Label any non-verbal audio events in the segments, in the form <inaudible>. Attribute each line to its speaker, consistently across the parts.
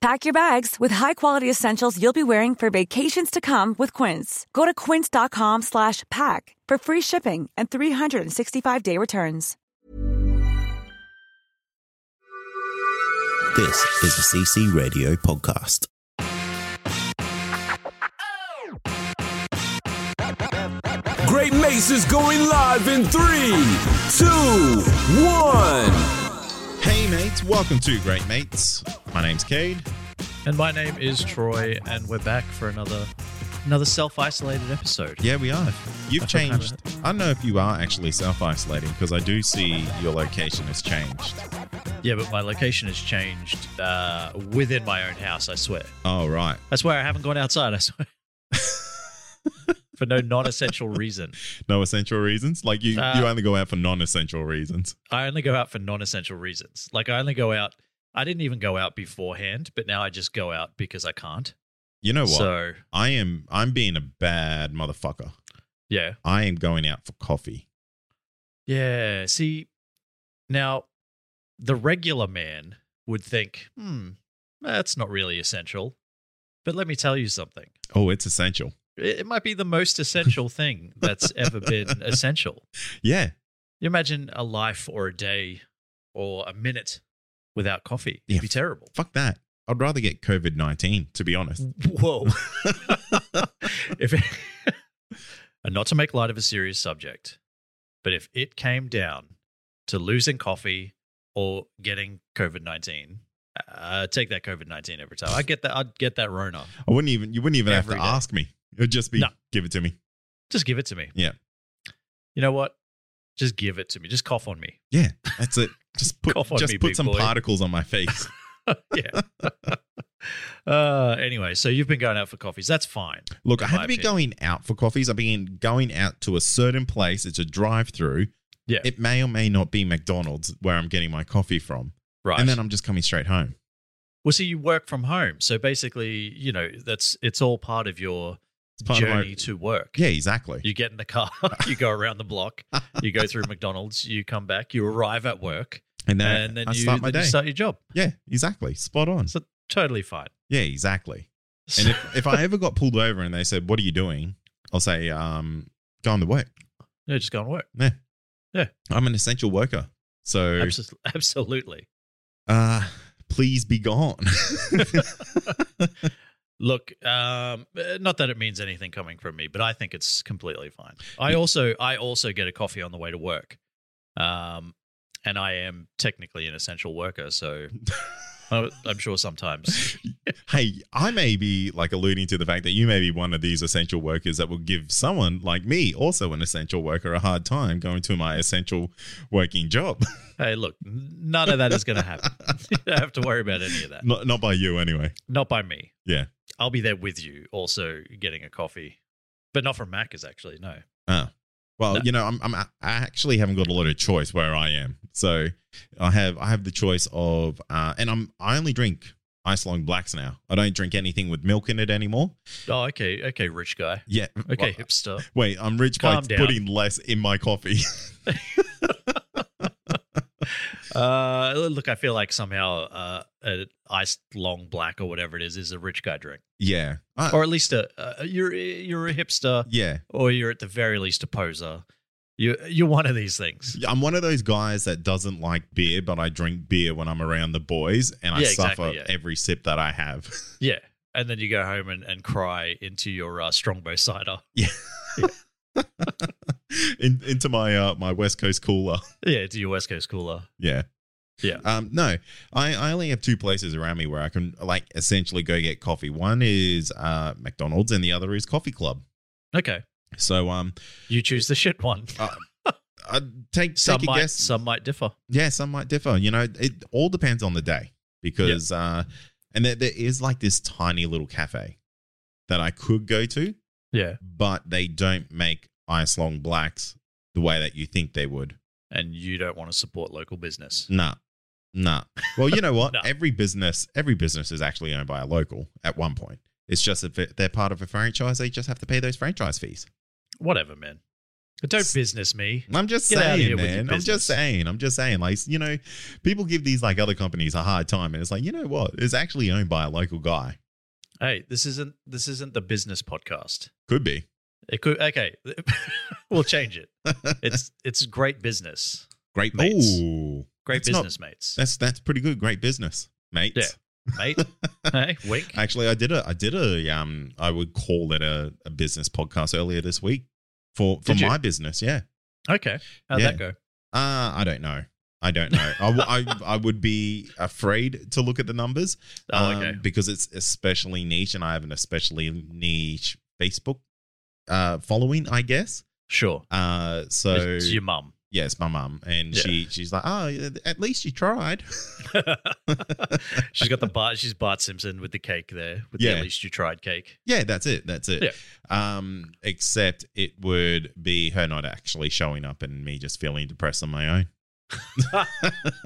Speaker 1: Pack your bags with high-quality essentials you'll be wearing for vacations to come with Quince. Go to quince.com slash pack for free shipping and 365-day returns.
Speaker 2: This is a CC Radio podcast.
Speaker 3: Great Mace is going live in three, two, one.
Speaker 4: Hey mates, welcome to Great Mates. My name's Cade.
Speaker 5: And my name is Troy, and we're back for another another self-isolated episode.
Speaker 4: Yeah, we are. You've
Speaker 5: I forgot
Speaker 4: changed.
Speaker 5: about
Speaker 4: I don't know if you are actually self-isolating because I do see your location has changed.
Speaker 5: Yeah, but my location has changed uh, within my own house. I swear.
Speaker 4: Oh right.
Speaker 5: I swear I haven't gone outside. I swear. for no non-essential reason.
Speaker 4: No essential reasons. Like you,
Speaker 5: Uh,
Speaker 4: you only go out for non-essential reasons.
Speaker 5: I only go out for non-essential reasons. Like I only go out. I didn't even go out beforehand, but now I just go out because I can't.
Speaker 4: You know what?
Speaker 5: So
Speaker 4: I am. I'm being a bad motherfucker.
Speaker 5: yeah,
Speaker 4: I am going out for coffee.
Speaker 5: yeah. See, now the regular man would think, hmm, that's not really essential. But let me tell you something.
Speaker 4: Oh, it's essential.
Speaker 5: It it might be the most essential thing that's ever been essential.
Speaker 4: Yeah,
Speaker 5: You imagine a life or a day or a minute without coffee. It'd
Speaker 4: Yeah.
Speaker 5: be terrible.
Speaker 4: fuck that. I'd rather get COVID nineteen. To be honest. <laughs>
Speaker 5: Whoa. if and <laughs> not to make light of a serious subject, but if it came down to losing coffee or getting COVID 19, uh, take that COVID 19 every time. I get that. I'd get that Rona.
Speaker 4: I wouldn't even. You wouldn't even have to
Speaker 5: Every day.
Speaker 4: ask me. It would just be
Speaker 5: No.
Speaker 4: give it to me.
Speaker 5: Just give it to me.
Speaker 4: Yeah.
Speaker 5: You know what? Just give it to me. Just cough on
Speaker 4: <laughs>
Speaker 5: me.
Speaker 4: Yeah, that's it. Just put
Speaker 5: <laughs> Cough on
Speaker 4: just
Speaker 5: me,
Speaker 4: put
Speaker 5: big
Speaker 4: some
Speaker 5: boy.
Speaker 4: particles on my
Speaker 5: <laughs>
Speaker 4: face.
Speaker 5: yeah. uh, anyway, so you've been going out for coffees. That's fine.
Speaker 4: Look, I
Speaker 5: In
Speaker 4: have
Speaker 5: my
Speaker 4: to be
Speaker 5: opinion.
Speaker 4: going out for coffees. I've been going out to a certain place. It's a drive-through.
Speaker 5: Yeah.
Speaker 4: It may or may not be McDonald's where I'm getting my coffee from,
Speaker 5: Right.
Speaker 4: and then I'm just coming straight home.
Speaker 5: well, so you work from home. So basically, you know, that's it's all part of your
Speaker 4: It's part of my-
Speaker 5: journey to work.
Speaker 4: Yeah, exactly.
Speaker 5: You get in the car, <laughs> you go around the block, you go through McDonald's, you come back, you arrive at work,
Speaker 4: and then,
Speaker 5: and then,
Speaker 4: I
Speaker 5: you,
Speaker 4: start my
Speaker 5: then you
Speaker 4: day.
Speaker 5: start your job.
Speaker 4: yeah, exactly. Spot on.
Speaker 5: So totally fine.
Speaker 4: yeah, exactly. And
Speaker 5: <laughs>
Speaker 4: if, if I ever got pulled over and they said, "What are you doing?" I'll say, "Um, going to work."
Speaker 5: yeah, just go and work.
Speaker 4: Yeah.
Speaker 5: Yeah.
Speaker 4: I'm an essential worker, so
Speaker 5: Abso- Absolutely. <laughs>
Speaker 4: uh, please be gone.
Speaker 5: Look, um, uh, not that it means anything coming from me, but I think it's completely fine. I also I also get a coffee on the way to work, um, and I am technically an essential
Speaker 4: <laughs>
Speaker 5: worker, so I- I'm sure sometimes.
Speaker 4: Hey, I may be like alluding to the fact that you may be one of these essential workers that will give someone like me, also an essential worker, a hard time going to my essential working job. <laughs>
Speaker 5: Hey, look, none of that is going to happen. <laughs> you don't have to worry about any of that.
Speaker 4: not, not by you, anyway.
Speaker 5: Not by me.
Speaker 4: Yeah.
Speaker 5: I'll be there with you, also getting a coffee, but not from Macca's actually. No.
Speaker 4: Well,
Speaker 5: No.
Speaker 4: you know, I'm, I'm I actually haven't got a lot of choice where I am, so I have I have the choice of, uh, and I'm I only drink ice long blacks now. I don't drink anything with milk in it anymore.
Speaker 5: Oh, okay, okay, rich guy.
Speaker 4: Yeah.
Speaker 5: Okay,
Speaker 4: Well,
Speaker 5: hipster.
Speaker 4: wait, I'm rich
Speaker 5: Calm
Speaker 4: by
Speaker 5: down.
Speaker 4: putting less in my coffee. <laughs> <laughs>
Speaker 5: Uh, look, I feel like somehow uh, an iced long black or whatever it is is a rich guy drink,
Speaker 4: yeah. I-
Speaker 5: or at least a uh, you're you're a hipster,
Speaker 4: yeah.
Speaker 5: or you're at the very least a poser. You you're one of these things.
Speaker 4: Yeah, I'm one of those guys that doesn't like beer, but I drink beer when I'm around the boys, and I
Speaker 5: Yeah,
Speaker 4: suffer
Speaker 5: exactly, yeah.
Speaker 4: every sip that I have. <laughs>
Speaker 5: Yeah, and then you go home and, and cry into your uh, strongbow cider. <laughs>
Speaker 4: In, into my uh, my West Coast cooler. <laughs>
Speaker 5: Yeah, into your West Coast cooler.
Speaker 4: Yeah.
Speaker 5: Yeah.
Speaker 4: Um, no, I, I only have two places around me where I can like essentially go get coffee. One is uh, McDonald's, and the other is Coffee Club.
Speaker 5: Okay,
Speaker 4: So um,
Speaker 5: you choose the shit one.
Speaker 4: I take
Speaker 5: Some
Speaker 4: take a
Speaker 5: might
Speaker 4: guess.
Speaker 5: some might differ.
Speaker 4: yeah, some might differ. You know, it all depends on the day because uh, and there, there is like this tiny little cafe that I could go to.
Speaker 5: Yeah.
Speaker 4: but they don't make ice long blacks the way that you think they would.
Speaker 5: and you don't want to support local business.
Speaker 4: Nah. Nah. Well, you
Speaker 5: <laughs>
Speaker 4: know what?
Speaker 5: Nah.
Speaker 4: Every business, every business is actually owned by a local at one point. It's just if it- they're part of a franchise, they just have to pay those franchise fees.
Speaker 5: Whatever, man. But don't
Speaker 4: S-
Speaker 5: business me.
Speaker 4: I'm just
Speaker 5: Get outta here
Speaker 4: saying,
Speaker 5: with your
Speaker 4: man. I'm
Speaker 5: business.
Speaker 4: just saying. I'm just saying. Like, you know, people give these like other companies a hard time, and it's like, you know what? It's actually owned by a local guy.
Speaker 5: Hey, this isn't this isn't the business podcast.
Speaker 4: Could be.
Speaker 5: It could okay. <laughs> we'll
Speaker 4: <laughs>
Speaker 5: change it. It's it's great business.
Speaker 4: Great
Speaker 5: mates.
Speaker 4: Ooh,
Speaker 5: Great
Speaker 4: That's not-
Speaker 5: business mates.
Speaker 4: that's that's pretty good. Great business, mates.
Speaker 5: Yeah.
Speaker 4: <laughs>
Speaker 5: Mate. hey, wink.
Speaker 4: Actually, I did a I did a um I would call it a, a business podcast earlier this week for for
Speaker 5: Did you?
Speaker 4: my business. Yeah.
Speaker 5: Okay. How'd
Speaker 4: Yeah.
Speaker 5: that go?
Speaker 4: Uh, I don't know. I don't know. I, w-
Speaker 5: <laughs>
Speaker 4: I, I would be afraid to look at the numbers
Speaker 5: Oh,
Speaker 4: um,
Speaker 5: okay.
Speaker 4: because it's especially niche and I have an especially niche Facebook uh, following, I guess.
Speaker 5: Sure.
Speaker 4: Uh, so,
Speaker 5: it's
Speaker 4: <laughs>
Speaker 5: your mum.
Speaker 4: yeah, it's my mum. And
Speaker 5: Yeah.
Speaker 4: she she's like, oh, at least you tried.
Speaker 5: she's got the Bart she's Bart Simpson with the cake there, with the
Speaker 4: Yeah.
Speaker 5: at least you tried cake. <laughs>
Speaker 4: Yeah, that's it. That's it.
Speaker 5: Yeah.
Speaker 4: Um, except it would be her not actually showing up and me just feeling depressed on my own.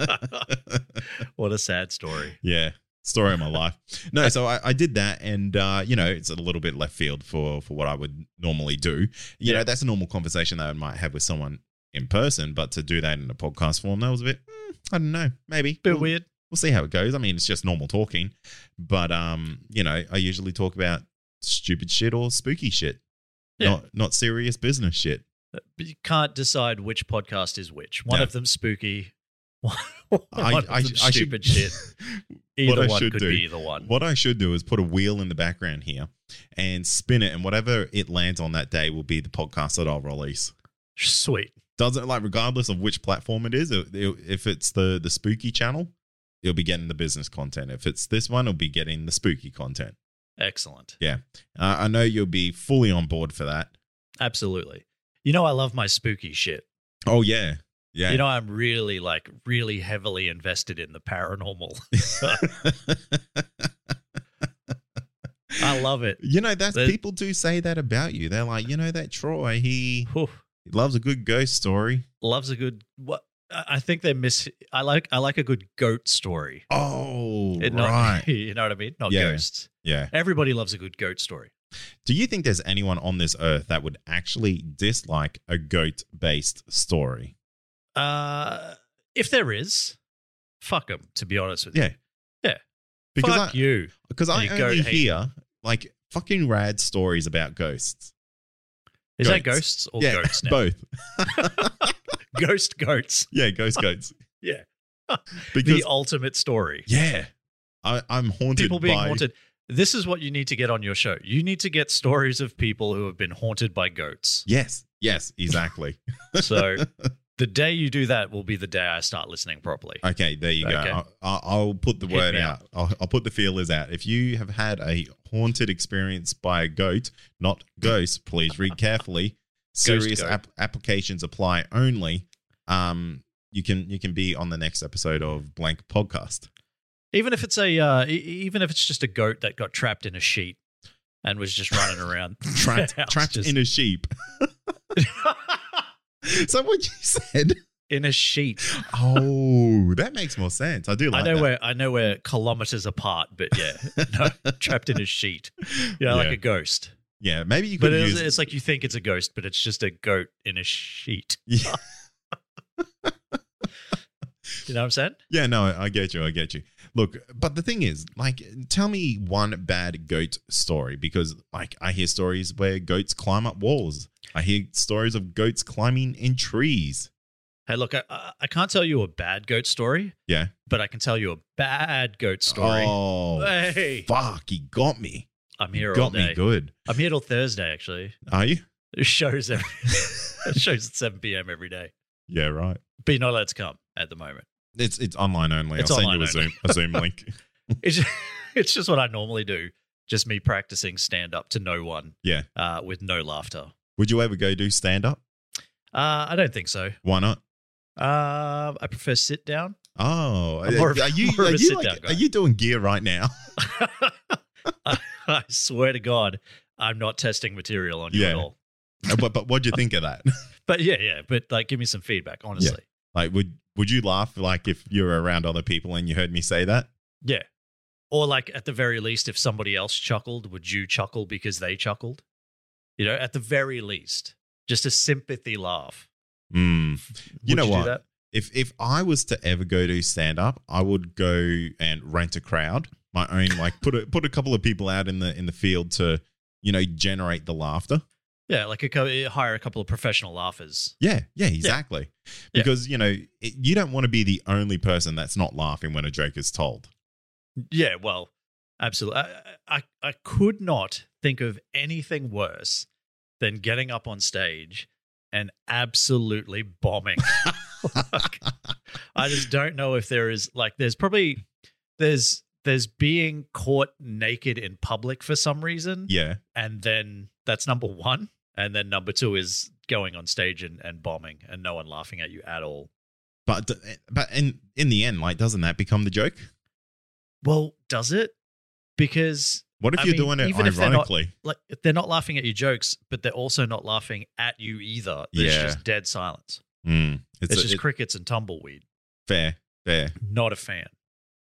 Speaker 4: <laughs>
Speaker 5: What a sad story.
Speaker 4: Yeah. Story of my life. No, so I, I did that and uh, you know, it's a little bit left field for for what I would normally do. You know, that's a normal conversation that I might have with someone in person, but to do that in a podcast form, that was a bit mm, I don't know, maybe.
Speaker 5: Bit
Speaker 4: we'll,
Speaker 5: weird.
Speaker 4: We'll see how it goes. I mean, it's just normal talking. But um, you know, I usually talk about stupid shit or spooky shit.
Speaker 5: Yeah.
Speaker 4: Not not serious business shit.
Speaker 5: But you can't decide which podcast is which. One
Speaker 4: No.
Speaker 5: of them's spooky. <laughs> One one of them's
Speaker 4: should-
Speaker 5: stupid
Speaker 4: <laughs>
Speaker 5: shit.
Speaker 4: What I
Speaker 5: Either one
Speaker 4: should
Speaker 5: could
Speaker 4: do-
Speaker 5: be either
Speaker 4: <laughs>
Speaker 5: one.
Speaker 4: What I should do is put a wheel in the background here and spin it, and whatever it lands on that day will be the podcast that I'll release.
Speaker 5: Sweet.
Speaker 4: Doesn't like regardless of which platform it is. it- it- if it's the the spooky channel, you'll be getting the business content. If it's this one, it'll be getting the spooky content.
Speaker 5: Excellent.
Speaker 4: Uh, I know you'll be fully on board for that.
Speaker 5: Absolutely. You know I love my spooky shit.
Speaker 4: Oh yeah, yeah.
Speaker 5: You know I'm really like really heavily invested in the paranormal. <laughs> I love it.
Speaker 4: <laughs> you know that's
Speaker 5: There's-
Speaker 4: people do say that about you. They're like, you know that Troy, he
Speaker 5: Whew.
Speaker 4: loves a good ghost story.
Speaker 5: Loves a good what I I think they miss I like I like a good goat story.
Speaker 4: Oh,
Speaker 5: It not- <laughs>
Speaker 4: right.
Speaker 5: you know what I mean? Not
Speaker 4: Yeah.
Speaker 5: ghosts.
Speaker 4: yeah.
Speaker 5: Everybody loves a good goat story.
Speaker 4: Do you think there's anyone on this earth that would actually dislike a goat based story?
Speaker 5: Uh, if there is, fuck them. To be honest with you,
Speaker 4: Yeah.
Speaker 5: yeah.
Speaker 4: Because
Speaker 5: fuck
Speaker 4: I,
Speaker 5: you.
Speaker 4: because I
Speaker 5: Any goat
Speaker 4: only
Speaker 5: hate.
Speaker 4: hear like fucking rad stories about ghosts.
Speaker 5: Is that
Speaker 4: goats.
Speaker 5: ghosts or
Speaker 4: yeah,
Speaker 5: goats now?
Speaker 4: both.
Speaker 5: <laughs> Ghost goats.
Speaker 4: Yeah, ghost goats.
Speaker 5: <laughs> Yeah.
Speaker 4: <laughs> Because
Speaker 5: the ultimate story.
Speaker 4: yeah, I, I'm haunted.
Speaker 5: People being
Speaker 4: by-
Speaker 5: haunted. This is what you need to get on your show. You need to get stories of people who have been haunted
Speaker 4: <laughs>
Speaker 5: by goats.
Speaker 4: Yes, yes, exactly.
Speaker 5: So the day you do that will be the day I start listening properly.
Speaker 4: Okay, there you
Speaker 5: Okay.
Speaker 4: go. I'll, I'll put the
Speaker 5: Hit
Speaker 4: word
Speaker 5: me
Speaker 4: out. I'll, I'll put the feelers out. If you have had a haunted experience by a goat, not ghost, please read carefully. Serious
Speaker 5: goat.
Speaker 4: app- applications apply only. Um, you can you can be on the next episode of Blank
Speaker 5: <laughs>
Speaker 4: Podcast.
Speaker 5: Even if it's a, uh, e- even if it's just a goat that got trapped in a sheet and was just running around,
Speaker 4: <laughs> Trapped,
Speaker 5: the <laughs> house,
Speaker 4: trapped
Speaker 5: just-
Speaker 4: in a
Speaker 5: <laughs>
Speaker 4: sheep. <laughs> So what you
Speaker 5: <laughs>
Speaker 4: said?
Speaker 5: in a sheet.
Speaker 4: Oh, that makes more sense. I do like
Speaker 5: I know
Speaker 4: that.
Speaker 5: we're I know we're kilometers apart, but yeah, <laughs> no, trapped in a sheet. Yeah, like
Speaker 4: Yeah.
Speaker 5: a ghost.
Speaker 4: yeah, maybe you could
Speaker 5: But it
Speaker 4: use
Speaker 5: is, it's like you think it's a ghost, but it's just a goat in a sheet.
Speaker 4: <laughs> Yeah.
Speaker 5: You know what I'm saying?
Speaker 4: Yeah, no, I get you. I get you. Look, but the thing is, like, tell me one bad goat story because, like, I hear stories where goats climb up walls. I hear stories of goats climbing in trees.
Speaker 5: Hey, look, I- I, I can't tell you a bad goat story,
Speaker 4: Yeah.
Speaker 5: but I can tell you a bad goat story.
Speaker 4: Oh,
Speaker 5: Hey.
Speaker 4: fuck! He got me.
Speaker 5: I'm here all
Speaker 4: got
Speaker 5: day.
Speaker 4: me good.
Speaker 5: I'm here till Thursday, actually.
Speaker 4: Are you?
Speaker 5: It shows every, <laughs> it shows at 7 p.m. every day.
Speaker 4: Yeah, right.
Speaker 5: But you're not allowed to come at the moment.
Speaker 4: It's it's online only.
Speaker 5: It's
Speaker 4: I'll
Speaker 5: online
Speaker 4: send you
Speaker 5: only.
Speaker 4: a Zoom a Zoom link.
Speaker 5: <laughs> It's just, it's just what I normally do. Just me practicing stand up to no one.
Speaker 4: Yeah.
Speaker 5: Uh, with no laughter.
Speaker 4: Would you ever go do stand up?
Speaker 5: Uh, I don't think so.
Speaker 4: Why not?
Speaker 5: Uh, I prefer sit down. <laughs>
Speaker 4: Oh,
Speaker 5: I'm more of-
Speaker 4: are you
Speaker 5: <laughs> more of
Speaker 4: are
Speaker 5: a
Speaker 4: you,
Speaker 5: sit-down
Speaker 4: like-
Speaker 5: guy.
Speaker 4: are you doing gear right now? <laughs>
Speaker 5: I, I swear to God, I'm not testing material on you
Speaker 4: Yeah.
Speaker 5: at all.
Speaker 4: but but what do you think of that?
Speaker 5: But yeah, yeah. But like, give me some feedback, honestly.
Speaker 4: Like, would would you laugh like if you were around other people and you heard me say that?
Speaker 5: Yeah. Or like at the very least, if somebody else chuckled, would you chuckle because they chuckled? You know, at the very least, just a sympathy laugh.
Speaker 4: Mm. You
Speaker 5: Would
Speaker 4: know
Speaker 5: do
Speaker 4: what?
Speaker 5: that?
Speaker 4: If if I was to ever go to stand up, I would go and rent a crowd, my own. Like put a <laughs> put a couple of people out in the in the field to you know generate the laughter.
Speaker 5: Yeah, like a co- hire a couple of professional laughers.
Speaker 4: Yeah, yeah, exactly.
Speaker 5: Yeah.
Speaker 4: Because you know it, you don't want to be the only person that's not laughing when a joke is told.
Speaker 5: Yeah, well, absolutely. I, I I could not think of anything worse than getting up on stage and absolutely bombing. Like, I just don't know if there is like there's probably there's there's being caught naked in public for some reason,
Speaker 4: Yeah,
Speaker 5: and then that's number one, and then number two is going on stage and, and bombing and no one laughing at you at all.
Speaker 4: but eh, but in in the end, like doesn't that become the joke?
Speaker 5: Well, does it? Because
Speaker 4: What if
Speaker 5: I
Speaker 4: you're
Speaker 5: mean,
Speaker 4: doing it
Speaker 5: even if they're not-
Speaker 4: ironically?
Speaker 5: like they're not laughing at your jokes, but they're also not laughing at you either. There's
Speaker 4: Yeah.
Speaker 5: just dead silence.
Speaker 4: Mm,
Speaker 5: It's,
Speaker 4: a-
Speaker 5: just
Speaker 4: it-
Speaker 5: crickets and tumbleweed.
Speaker 4: fair, fair.
Speaker 5: Not a fan.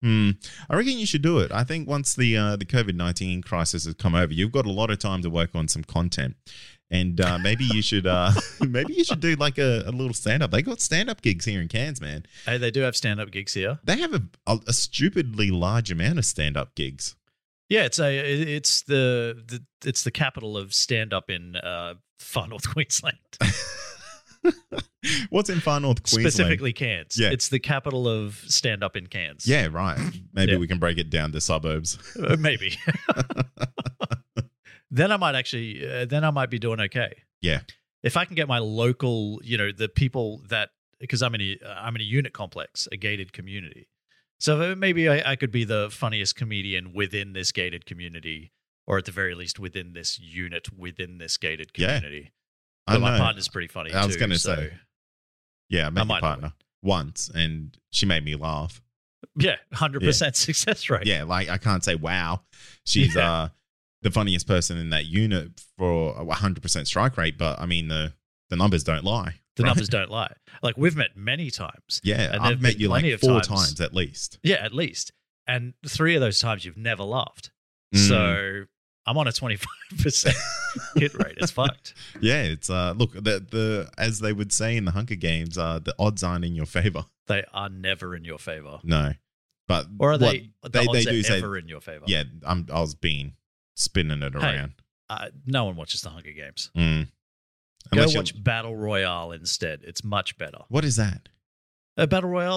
Speaker 4: Hmm. I reckon you should do it. I think once the uh, the COVID nineteen crisis has come over, you've got a lot of time to work on some content, and uh, maybe you should uh, <laughs> maybe you should do like a, a little stand up. They got stand up gigs here in Cairns, man.
Speaker 5: Hey, they do have stand up gigs here.
Speaker 4: They have a, a, a stupidly large amount of stand up gigs. <laughs>
Speaker 5: Yeah, it's a it- it's the, the it's the capital of stand up in uh, far <laughs> north Queensland,
Speaker 4: What's in far north Queensland?
Speaker 5: specifically Cairns.
Speaker 4: Yeah.
Speaker 5: it's the capital of stand up in Cairns.
Speaker 4: Yeah, right. Maybe
Speaker 5: Yeah.
Speaker 4: we can break it down to suburbs.
Speaker 5: Uh, maybe. <laughs> then I might actually uh, then I might be doing okay.
Speaker 4: Yeah.
Speaker 5: if I can get my local, you know, the people that because I'm in a I'm in a unit complex, a gated community. So uh, maybe I, I could be the funniest comedian within this gated community, or at the very least within this unit within this gated
Speaker 4: Yeah.
Speaker 5: community.
Speaker 4: I
Speaker 5: But
Speaker 4: don't
Speaker 5: my
Speaker 4: know.
Speaker 5: partner's pretty funny.
Speaker 4: I was
Speaker 5: too,
Speaker 4: gonna
Speaker 5: so-
Speaker 4: say. Yeah, I met my
Speaker 5: I might do it.
Speaker 4: partner once, and she made me laugh.
Speaker 5: yeah, hundred percent <laughs> success rate.
Speaker 4: Yeah, like I can't say wow. She's
Speaker 5: Yeah.
Speaker 4: uh the funniest person in that unit for a 100% strike rate, but I mean the the numbers don't lie.
Speaker 5: the
Speaker 4: right?
Speaker 5: numbers don't lie. Like we've met many times.
Speaker 4: Yeah,
Speaker 5: and
Speaker 4: I've
Speaker 5: there've
Speaker 4: met
Speaker 5: been
Speaker 4: you like
Speaker 5: plenty of
Speaker 4: four
Speaker 5: times-
Speaker 4: times at least.
Speaker 5: Yeah, at least. And three of those times you've never laughed.
Speaker 4: Mm.
Speaker 5: So I'm on a 25%
Speaker 4: <laughs>
Speaker 5: hit rate. It's fucked.
Speaker 4: Yeah, it's uh look, the the as they would say in the Hunger Games, uh the odds aren't in your favor. <laughs>
Speaker 5: They are never in your favor.
Speaker 4: No. But
Speaker 5: Or are
Speaker 4: what-
Speaker 5: they, the odds are ever in your favor?
Speaker 4: Yeah, I'm I was being spinning it around.
Speaker 5: Uh, no one watches The Hunger Games.
Speaker 4: Mm.
Speaker 5: Go
Speaker 4: Unless you're-
Speaker 5: watch Battle Royale instead. It's much better.
Speaker 4: What is that?
Speaker 5: Uh, Battle Royale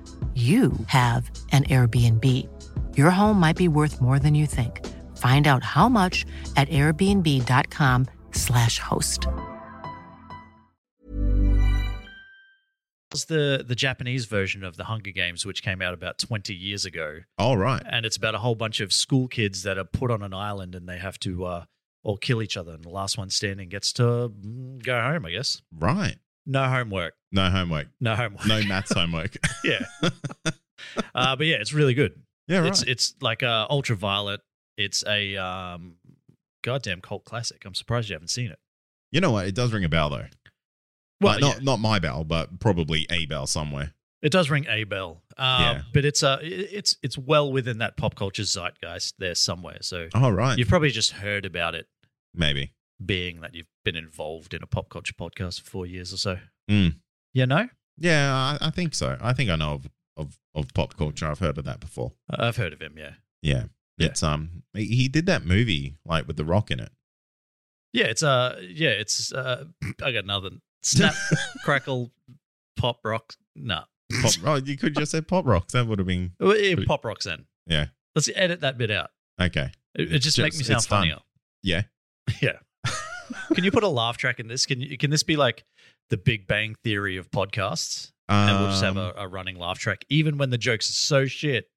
Speaker 6: you have an Airbnb. Your home might be worth more than you think. Find out how much at airbnb.com/slash host.
Speaker 5: was the, the Japanese version of The Hunger Games, which came out about 20 years ago.
Speaker 4: All Oh, right.
Speaker 5: and it's about a whole bunch of school kids that are put on an island and they have to uh, all kill each other, and the last one standing gets to mm, go home, I guess.
Speaker 4: Right.
Speaker 5: No homework,
Speaker 4: No homework.
Speaker 5: no homework.
Speaker 4: No maths homework. <laughs>
Speaker 5: yeah, <laughs> uh, but yeah, it's really good.
Speaker 4: yeah, right.
Speaker 5: It's it's like uh, ultraviolet. It's a um, goddamn cult classic. I'm surprised you haven't seen it.
Speaker 4: You know what? It does ring a bell though.
Speaker 5: Well,
Speaker 4: Like, not
Speaker 5: yeah,
Speaker 4: not my bell, but probably a bell somewhere.
Speaker 5: it does ring a bell. Uh,
Speaker 4: Yeah.
Speaker 5: but it's uh, i- it's it's well within that pop culture zeitgeist there somewhere. So
Speaker 4: All Oh, right,
Speaker 5: you've probably just heard about it
Speaker 4: maybe.
Speaker 5: being that you've been involved in a pop culture podcast for four years or so.
Speaker 4: Mm.
Speaker 5: You know,
Speaker 4: Yeah, I, I think so. I think I know of, of of pop culture. I've heard of that before.
Speaker 5: I've heard of him. Yeah,
Speaker 4: Yeah,
Speaker 5: Yeah.
Speaker 4: it's um he, he did that movie like with the Rock in it.
Speaker 5: yeah. It's uh, yeah. It's uh, <clears throat> I got another
Speaker 4: <laughs>
Speaker 5: snap, crackle, pop rock. Nah, <laughs>
Speaker 4: Pop, oh, you could just say pop rocks. That would have been
Speaker 5: Well, yeah, pop rocks then.
Speaker 4: Yeah.
Speaker 5: Let's edit that bit out.
Speaker 4: okay.
Speaker 5: It, it just,
Speaker 4: Just-
Speaker 5: make me sound
Speaker 4: it's done.
Speaker 5: funnier.
Speaker 4: Yeah.
Speaker 5: <laughs> Yeah. Can you put a laugh track in this? Can you, can this be like the Big Bang Theory of podcasts? And we'll just have
Speaker 4: Um,
Speaker 5: a, a running laugh track, even when the jokes are so shit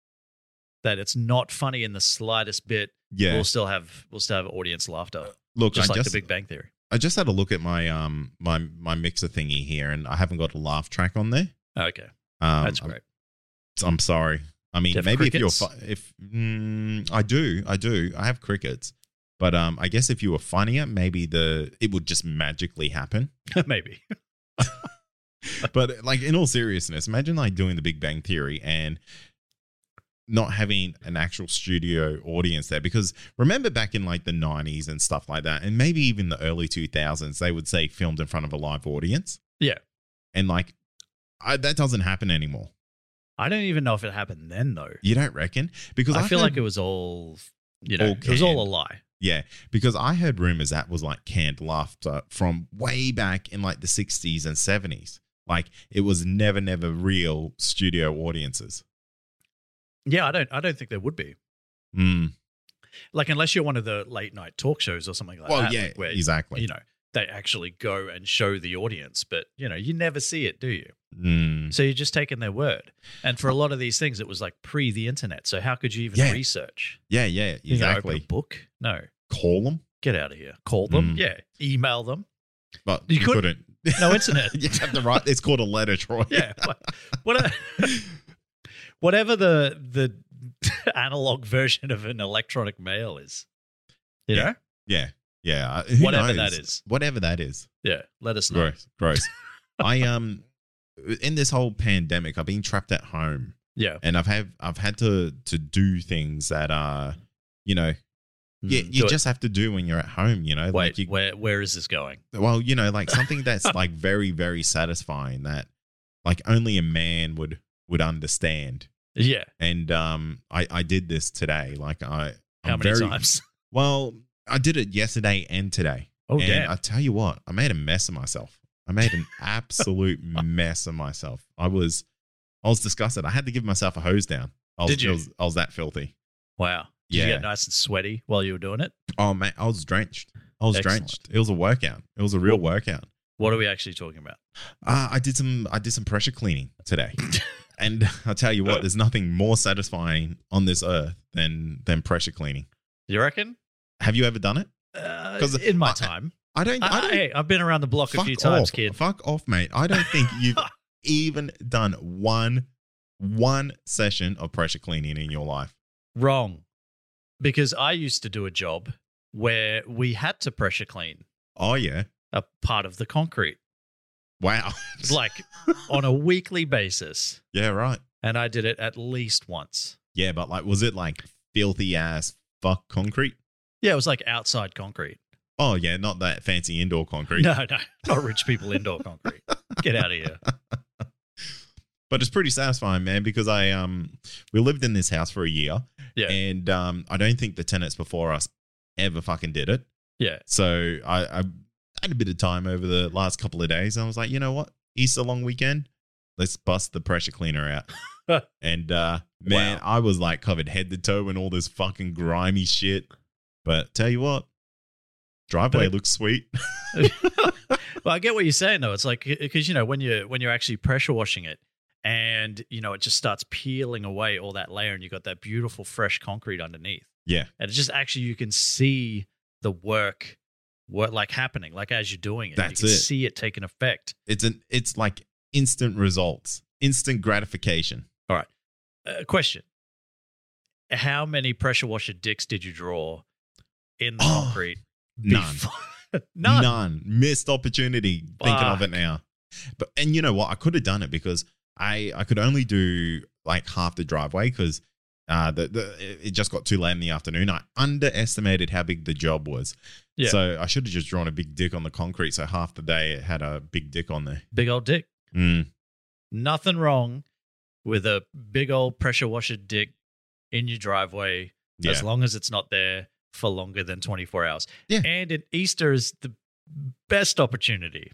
Speaker 5: that it's not funny in the slightest bit.
Speaker 4: yeah.
Speaker 5: We'll still have we'll still have audience laughter,
Speaker 4: Look,
Speaker 5: just
Speaker 4: I
Speaker 5: like
Speaker 4: just
Speaker 5: the Big Bang Theory.
Speaker 4: I just had a look at my um my my mixer thingy here, and I haven't got a laugh track on there.
Speaker 5: Okay,
Speaker 4: Um,
Speaker 5: that's
Speaker 4: I'm-
Speaker 5: great. <laughs>
Speaker 4: I'm, sorry. I mean,
Speaker 5: Do you have
Speaker 4: maybe if you're
Speaker 5: crickets?
Speaker 4: fu- if mm, I do, I do, I have crickets, but um, I guess if you were funnier, maybe the it would just magically
Speaker 5: <laughs>
Speaker 4: happen.
Speaker 5: Maybe.
Speaker 4: but like in all seriousness, imagine like doing the Big Bang Theory and not having an actual studio audience there because remember back in like the 90s and stuff like that and maybe even the early 2000s they would say filmed in front of a live audience
Speaker 5: Yeah.
Speaker 4: and like I, that doesn't happen anymore
Speaker 5: I don't even know if it happened then though.
Speaker 4: you don't reckon because
Speaker 5: I
Speaker 4: I've
Speaker 5: feel
Speaker 4: heard-
Speaker 5: like it was all you know,
Speaker 4: All
Speaker 5: it was all a
Speaker 4: canned.
Speaker 5: lie.
Speaker 4: Yeah, because I heard rumors that was like canned laughter from way back in like the 60s and 70s. Like it was never, never real studio audiences.
Speaker 5: Yeah, I don't I don't think there would be.
Speaker 4: Mm.
Speaker 5: Like unless you're one of the late night talk shows or something like
Speaker 4: well,
Speaker 5: that.
Speaker 4: yeah,
Speaker 5: like, where,
Speaker 4: exactly.
Speaker 5: you know, they actually go and show the audience, but you know, you never see it, do you?
Speaker 4: Mm.
Speaker 5: So you're just taking their word. And for a lot of these things, it was like pre the internet. So how could you even
Speaker 4: Yeah.
Speaker 5: research?
Speaker 4: Yeah, yeah,
Speaker 5: You know, open
Speaker 4: exactly.
Speaker 5: a book? No.
Speaker 4: Call them,
Speaker 5: Get out of here. Call
Speaker 4: Mm.
Speaker 5: them. Yeah.
Speaker 4: <laughs>
Speaker 5: Email them.
Speaker 4: but
Speaker 5: You
Speaker 4: you,
Speaker 5: couldn't.
Speaker 4: couldn't.
Speaker 5: No internet.
Speaker 4: <laughs> you have to write. It's called a letter, Troy.
Speaker 5: <laughs> Yeah. What, what <laughs> whatever the the <laughs> analog version of an electronic mail is. You know?
Speaker 4: yeah, yeah. I- who
Speaker 5: Whatever
Speaker 4: knows?
Speaker 5: that is.
Speaker 4: Whatever that is.
Speaker 5: Yeah. Let us know.
Speaker 4: Gross, gross. I um, in this whole pandemic, I've been trapped at home.
Speaker 5: Yeah.
Speaker 4: and I've have I've had to to do things that are, you know, you,
Speaker 5: Mm, do
Speaker 4: you
Speaker 5: it.
Speaker 4: just have to do when you're at home. You know,
Speaker 5: wait,
Speaker 4: like you,
Speaker 5: where where is this going?
Speaker 4: well, you know, like something
Speaker 5: <laughs>
Speaker 4: that's like very very satisfying that, like only a man would would understand.
Speaker 5: Yeah.
Speaker 4: And um, I I did this today. Like I
Speaker 5: How
Speaker 4: I'm
Speaker 5: many
Speaker 4: very-
Speaker 5: times? <laughs>
Speaker 4: Well, I did it yesterday and today.
Speaker 5: Oh
Speaker 4: and
Speaker 5: damn.
Speaker 4: I tell you what, I made a mess of myself. I made an
Speaker 5: <laughs>
Speaker 4: absolute mess of myself. I was, I was disgusted. I had to give myself a hose down. I was,
Speaker 5: Did you?
Speaker 4: I was, I was that filthy.
Speaker 5: wow. Did you
Speaker 4: Yeah.
Speaker 5: get nice and sweaty while you were doing it?
Speaker 4: Oh man, I was drenched. I was
Speaker 5: Excellent.
Speaker 4: drenched. It was a workout. It was a real workout.
Speaker 5: What are we actually talking about?
Speaker 4: Uh, I did some. I did some pressure cleaning
Speaker 5: <laughs>
Speaker 4: today, and I tell you what, there's nothing more satisfying on this earth than than pressure cleaning.
Speaker 5: You reckon?
Speaker 4: Have you ever done it?
Speaker 5: Uh,
Speaker 4: 'Cause
Speaker 5: in my
Speaker 4: I-
Speaker 5: time,
Speaker 4: I don't.
Speaker 5: I,
Speaker 4: I, don't.
Speaker 5: hey, I've been around the block a
Speaker 4: fuck
Speaker 5: few times,
Speaker 4: off.
Speaker 5: kid.
Speaker 4: Fuck off, mate. I don't think
Speaker 5: <laughs>
Speaker 4: you've even done one one session of pressure cleaning in your life.
Speaker 5: Wrong, because I used to do a job where we had to pressure clean
Speaker 4: Oh yeah.
Speaker 5: a part of the concrete,
Speaker 4: Wow. <laughs>
Speaker 5: It's like on a weekly basis,
Speaker 4: yeah. Right.
Speaker 5: and I did it at least once.
Speaker 4: Yeah, but like, was it like filthy ass fuck concrete?
Speaker 5: Yeah, it was like outside concrete.
Speaker 4: Oh yeah, not that fancy indoor concrete.
Speaker 5: No, no, not rich people indoor concrete. Get out of here.
Speaker 4: But it's pretty satisfying, man, because I um we lived in this house for a year.
Speaker 5: Yeah.
Speaker 4: And um I don't think the tenants before us ever fucking did it.
Speaker 5: Yeah,
Speaker 4: So I, I had a bit of time over the last couple of days. I was like, you know what? Easter long weekend, let's bust the pressure cleaner
Speaker 5: <laughs>
Speaker 4: out. and uh man,
Speaker 5: Wow.
Speaker 4: I was like covered head to toe in all this fucking grimy shit. But tell you what, driveway
Speaker 5: But-
Speaker 4: looks sweet.
Speaker 5: well, I get what you're saying though. It's like because you know when you when you're actually pressure washing it, and you know it just starts peeling away all that layer, and you got that beautiful fresh concrete underneath,
Speaker 4: yeah.
Speaker 5: and it's just actually you can see the work, what like happening, like as you're doing it,
Speaker 4: That's
Speaker 5: you can
Speaker 4: it.
Speaker 5: see it taking effect.
Speaker 4: It's an it's like instant results, instant gratification.
Speaker 5: Uh, question: How many pressure washer dicks did you draw in the
Speaker 4: Oh,
Speaker 5: concrete?
Speaker 4: None.
Speaker 5: before-
Speaker 4: None.
Speaker 5: <laughs> None.
Speaker 4: Missed opportunity thinking of
Speaker 5: Fuck.
Speaker 4: it now. But and you know what? I could have done it because I I could only do like half the driveway because uh the, the it- it just got too late in the afternoon. I underestimated how big the job was.
Speaker 5: Yeah.
Speaker 4: So I should have just drawn a big dick on the concrete. So half the day it had a big dick on there.
Speaker 5: Big old dick.
Speaker 4: Mm.
Speaker 5: nothing wrong with a big old pressure washer dick in your driveway
Speaker 4: Yeah.
Speaker 5: as long as it's not there for longer than 24 hours.
Speaker 4: Yeah.
Speaker 5: And an Easter is the
Speaker 4: <laughs>
Speaker 5: best opportunity.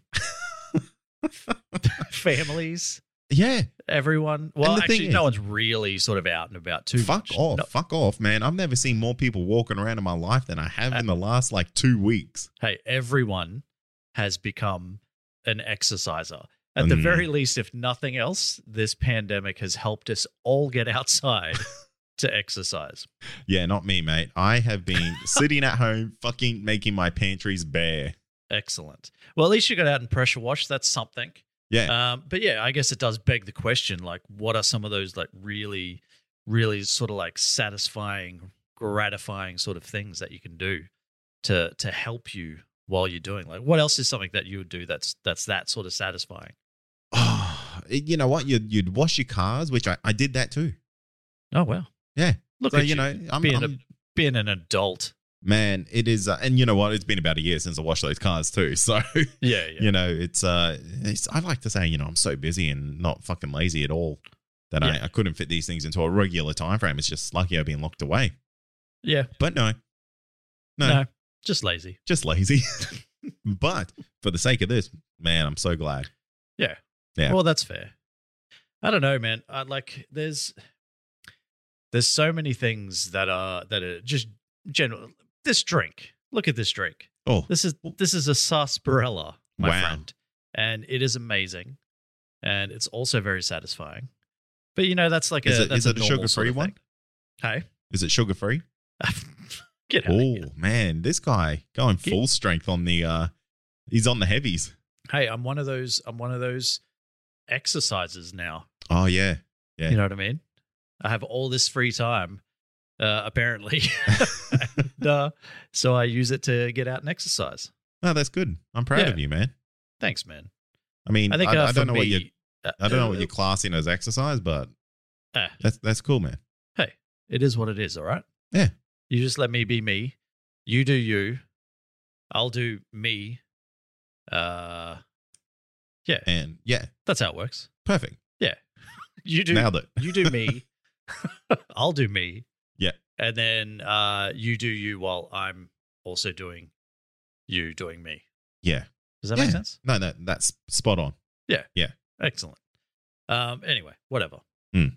Speaker 5: Families
Speaker 4: Yeah.
Speaker 5: Everyone, well,
Speaker 4: the thing
Speaker 5: actually,
Speaker 4: is-
Speaker 5: no one's really sort of out and about too
Speaker 4: fuck
Speaker 5: much.
Speaker 4: off.
Speaker 5: No-
Speaker 4: Fuck off, man. I've never seen more people walking around in my life than I have in the last like two weeks.
Speaker 5: hey, everyone has become an exerciser. At the
Speaker 4: Mm.
Speaker 5: very least, if nothing else, this pandemic has helped us all get
Speaker 4: <laughs>
Speaker 5: outside to exercise.
Speaker 4: Yeah, not me, mate. I have <laughs> been sitting at home fucking making my pantries <sighs> bare.
Speaker 5: Excellent. Well, at least you got out and pressure washed. That's something.
Speaker 4: Yeah.
Speaker 5: Um, but yeah, I guess it does beg the question like, what are some of those like really, really sort of like satisfying, gratifying sort of things that you can do to to help you while you're doing? Like, what else is something that you would do that's that's that sort of satisfying?
Speaker 4: you know what? You'd, you'd wash your cars, which I, I did that too.
Speaker 5: Oh wow,
Speaker 4: Yeah.
Speaker 5: look
Speaker 4: so,
Speaker 5: at
Speaker 4: you know, I'm,
Speaker 5: being
Speaker 4: I'm-
Speaker 5: a being an adult.
Speaker 4: man, it is. Uh, and you know what? It's been about a year since I washed those cars too. <laughs> So,
Speaker 5: Yeah, yeah.
Speaker 4: you know, it's, uh, it's, I like to say, you know, I'm so busy and not fucking lazy at all that
Speaker 5: Yeah.
Speaker 4: I, I couldn't fit these things into a regular time frame. It's just lucky I've been locked away.
Speaker 5: yeah.
Speaker 4: But no,
Speaker 5: No.
Speaker 4: no,
Speaker 5: just lazy.
Speaker 4: just lazy. <laughs> but for the sake of this, man, I'm so glad.
Speaker 5: Yeah.
Speaker 4: Yeah.
Speaker 5: Well, that's fair. I don't know, man. I like there's there's so many things that are that are just general. This drink. Look at this drink.
Speaker 4: Oh,
Speaker 5: This is this is a sarsaparilla, my
Speaker 4: Wow.
Speaker 5: friend, and it is amazing, and it's also very satisfying. But you know, that's like
Speaker 4: Is
Speaker 5: a
Speaker 4: it-
Speaker 5: that's
Speaker 4: is
Speaker 5: a
Speaker 4: it a
Speaker 5: normal
Speaker 4: sugar-free
Speaker 5: sort of
Speaker 4: one?
Speaker 5: thing.
Speaker 4: is it sugar free?
Speaker 5: Hey, <laughs> get out. Of
Speaker 4: Oh
Speaker 5: here.
Speaker 4: man, this guy going full strength on the uh he's on the heavies.
Speaker 5: Hey, I'm one of those. I'm one of those exercises now.
Speaker 4: Oh yeah. Yeah.
Speaker 5: You know what I mean? I have all this free time, uh,
Speaker 4: <laughs>
Speaker 5: apparently. <laughs> and, uh, so I use it to get out and exercise.
Speaker 4: No, that's good. I'm proud
Speaker 5: Yeah.
Speaker 4: of you, man.
Speaker 5: Thanks, man.
Speaker 4: I mean,
Speaker 5: I
Speaker 4: I,
Speaker 5: think
Speaker 4: I,
Speaker 5: uh,
Speaker 4: don't
Speaker 5: for
Speaker 4: know what
Speaker 5: me-
Speaker 4: you
Speaker 5: uh,
Speaker 4: I don't know what
Speaker 5: uh,
Speaker 4: you're classing as exercise, but
Speaker 5: uh,
Speaker 4: that's that's cool, man.
Speaker 5: hey, it is what it is. All right.
Speaker 4: Yeah.
Speaker 5: You just let me be me. You do you. I'll do me. Uh, yeah,
Speaker 4: And yeah,
Speaker 5: that's how it works. <laughs>
Speaker 4: perfect.
Speaker 5: You do
Speaker 4: Nailed it.
Speaker 5: you do
Speaker 4: <laughs>
Speaker 5: me. I'll do me.
Speaker 4: Yeah.
Speaker 5: And then uh, you do you while I'm also doing you doing me.
Speaker 4: Yeah.
Speaker 5: Does that make
Speaker 4: Yeah.
Speaker 5: sense?
Speaker 4: No, no, that's spot on.
Speaker 5: Excellent. Um, anyway, whatever.
Speaker 4: Hmm.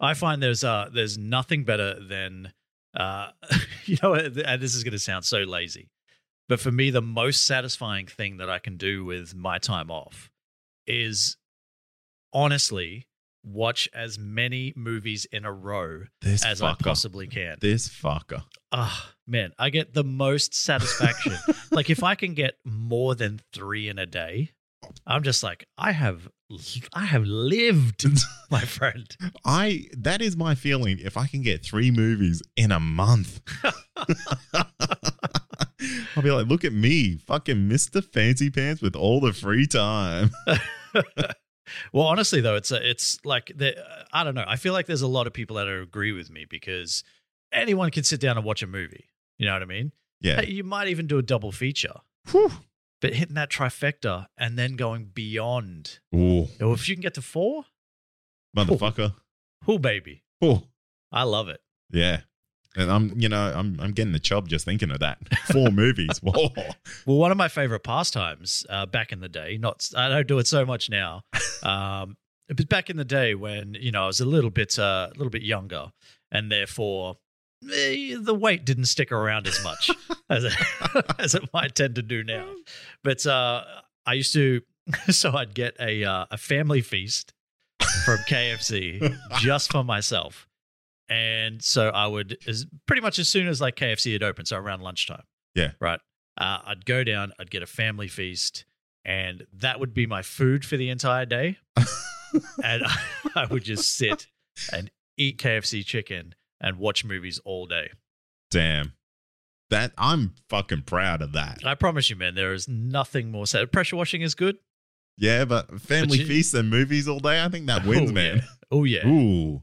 Speaker 5: I find there's uh, there's nothing better than uh, <laughs> you know, and this is going to sound so lazy, but for me, the most satisfying thing that I can do with my time off is honestly watch as many movies in a row
Speaker 4: This
Speaker 5: as I
Speaker 4: fucker.
Speaker 5: possibly can.
Speaker 4: This fucker.
Speaker 5: Ah, man, I get the most satisfaction. like if I can get more than three in a day, I'm just like, I have, I have lived, my friend.
Speaker 4: I that is my feeling if I can get three movies in a month. <laughs> I'll be like, look at me, fucking Mr. Fancy Pants with all the free time. <laughs>
Speaker 5: well, honestly though, it's a, it's like the, I don't know. I feel like there's a lot of people that agree with me because anyone can sit down and watch a movie. You know what I mean?
Speaker 4: Yeah.
Speaker 5: Hey, you might even do a double feature, but hitting that trifecta and then going beyond.
Speaker 4: Ooh,
Speaker 5: Or if you can get to four, <laughs>
Speaker 4: motherfucker.
Speaker 5: who baby?
Speaker 4: Ooh.
Speaker 5: I love it.
Speaker 4: Yeah. And I'm, you know, I'm, I'm getting the chub just thinking of that.
Speaker 5: <laughs>
Speaker 4: Four movies. Whoa.
Speaker 5: Well, one of my favorite pastimes uh, back in the day, not I don't do it so much now, um, but back in the day when you know I was a little bit uh, a little bit younger, and therefore eh, the weight didn't stick around as much as it, <laughs> as it might tend to do now. But uh, I used to, <laughs> so I'd get a uh, a family feast from KFC just for myself, and so I would as pretty much as soon as like KFC had opened, so around lunchtime.
Speaker 4: Yeah.
Speaker 5: Right. Uh, I'd go down, I'd get a family feast, and that would be my food for the entire day.
Speaker 4: <laughs>
Speaker 5: and <laughs> I, I would just sit and eat KFC chicken and watch movies all day.
Speaker 4: Damn. That I'm fucking proud of that.
Speaker 5: I promise you, man, there is nothing more sad. Pressure washing is good.
Speaker 4: Yeah, but family
Speaker 5: But you-
Speaker 4: feasts and movies all day. I think that wins,
Speaker 5: <laughs> Oh,
Speaker 4: man.
Speaker 5: yeah. Oh, yeah.
Speaker 4: Ooh.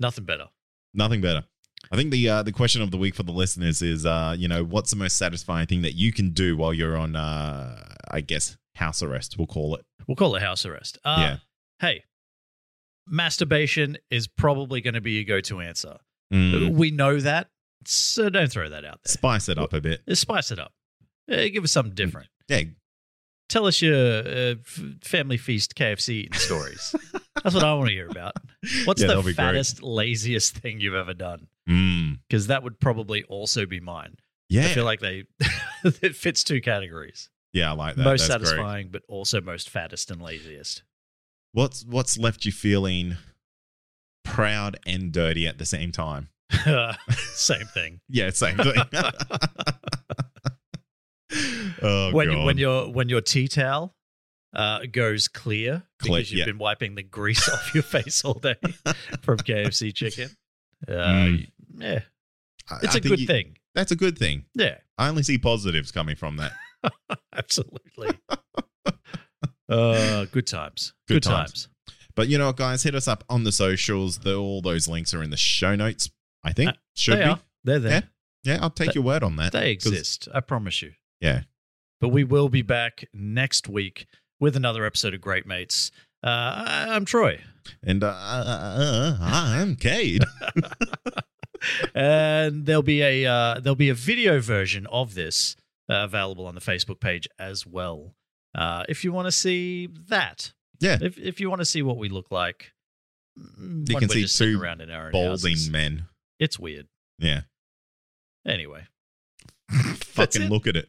Speaker 5: Nothing better.
Speaker 4: Nothing better. I think the uh, the question of the week for the listeners is, uh, you know, what's the most satisfying thing that you can do while you're on, uh, I guess, house arrest? We'll call it.
Speaker 5: We'll call it house arrest. Uh,
Speaker 4: Yeah.
Speaker 5: Hey, masturbation is probably going to be your go to answer.
Speaker 4: Mm.
Speaker 5: We know that. So don't throw that out there.
Speaker 4: Spice it up a bit.
Speaker 5: Uh, Spice it up. Eh, give us something different.
Speaker 4: Yeah,
Speaker 5: Tell us your uh, f- family feast KFC eating stories.
Speaker 4: <laughs>
Speaker 5: That's what I want to hear about. What's
Speaker 4: Yeah, that'll
Speaker 5: the
Speaker 4: be great.
Speaker 5: fattest, laziest thing you've ever done?
Speaker 4: Mm.
Speaker 5: Because that would probably also be mine.
Speaker 4: Yeah.
Speaker 5: I feel like they <laughs> it fits two categories:
Speaker 4: yeah, I like that.
Speaker 5: most
Speaker 4: That's great.
Speaker 5: satisfying, but also most fattest and
Speaker 4: <laughs>
Speaker 5: laziest.
Speaker 4: What's what's left you feeling proud and dirty at the same time?
Speaker 5: Same thing.
Speaker 4: Yeah, same
Speaker 5: <laughs>
Speaker 4: thing. <laughs> oh,
Speaker 5: when you,
Speaker 4: God.
Speaker 5: when your when your tea towel uh, goes clear because
Speaker 4: Cle-
Speaker 5: you've
Speaker 4: yeah.
Speaker 5: been wiping the grease <laughs> off your face
Speaker 4: <laughs>
Speaker 5: all day from KFC chicken. Uh,
Speaker 4: Mm.
Speaker 5: Yeah,
Speaker 4: I-
Speaker 5: it's
Speaker 4: I
Speaker 5: a
Speaker 4: think
Speaker 5: good
Speaker 4: you-
Speaker 5: thing.
Speaker 4: That's a good thing.
Speaker 5: Yeah,
Speaker 4: I only see positives coming from that.
Speaker 5: <laughs> absolutely. uh, good times.
Speaker 4: Good
Speaker 5: Good,
Speaker 4: times.
Speaker 5: times.
Speaker 4: But you know what, guys, hit us up on the socials. The, all those links are in the show notes. I think
Speaker 5: Uh,
Speaker 4: should
Speaker 5: they
Speaker 4: be.
Speaker 5: are. They're there.
Speaker 4: Yeah, I'll take
Speaker 5: They-
Speaker 4: your word on that.
Speaker 5: They
Speaker 4: 'Cause-
Speaker 5: exist. I promise you.
Speaker 4: Yeah.
Speaker 5: But we will be back next week with another episode of Great Mates. Uh, I-
Speaker 4: <laughs>
Speaker 5: I'm Troy.
Speaker 4: And uh, uh, uh, I'm
Speaker 5: <laughs>
Speaker 4: Cade.
Speaker 5: and there'll be a uh, there'll be a video version of this uh, available on the Facebook page as well. Uh, if you want to see that,
Speaker 4: Yeah.
Speaker 5: If if you want to see what we look like,
Speaker 4: You can see two
Speaker 5: around in our own
Speaker 4: Balding
Speaker 5: houses.
Speaker 4: men.
Speaker 5: It's weird. <laughs>
Speaker 4: Yeah.
Speaker 5: Anyway,
Speaker 4: Fucking
Speaker 5: it.
Speaker 4: look at it.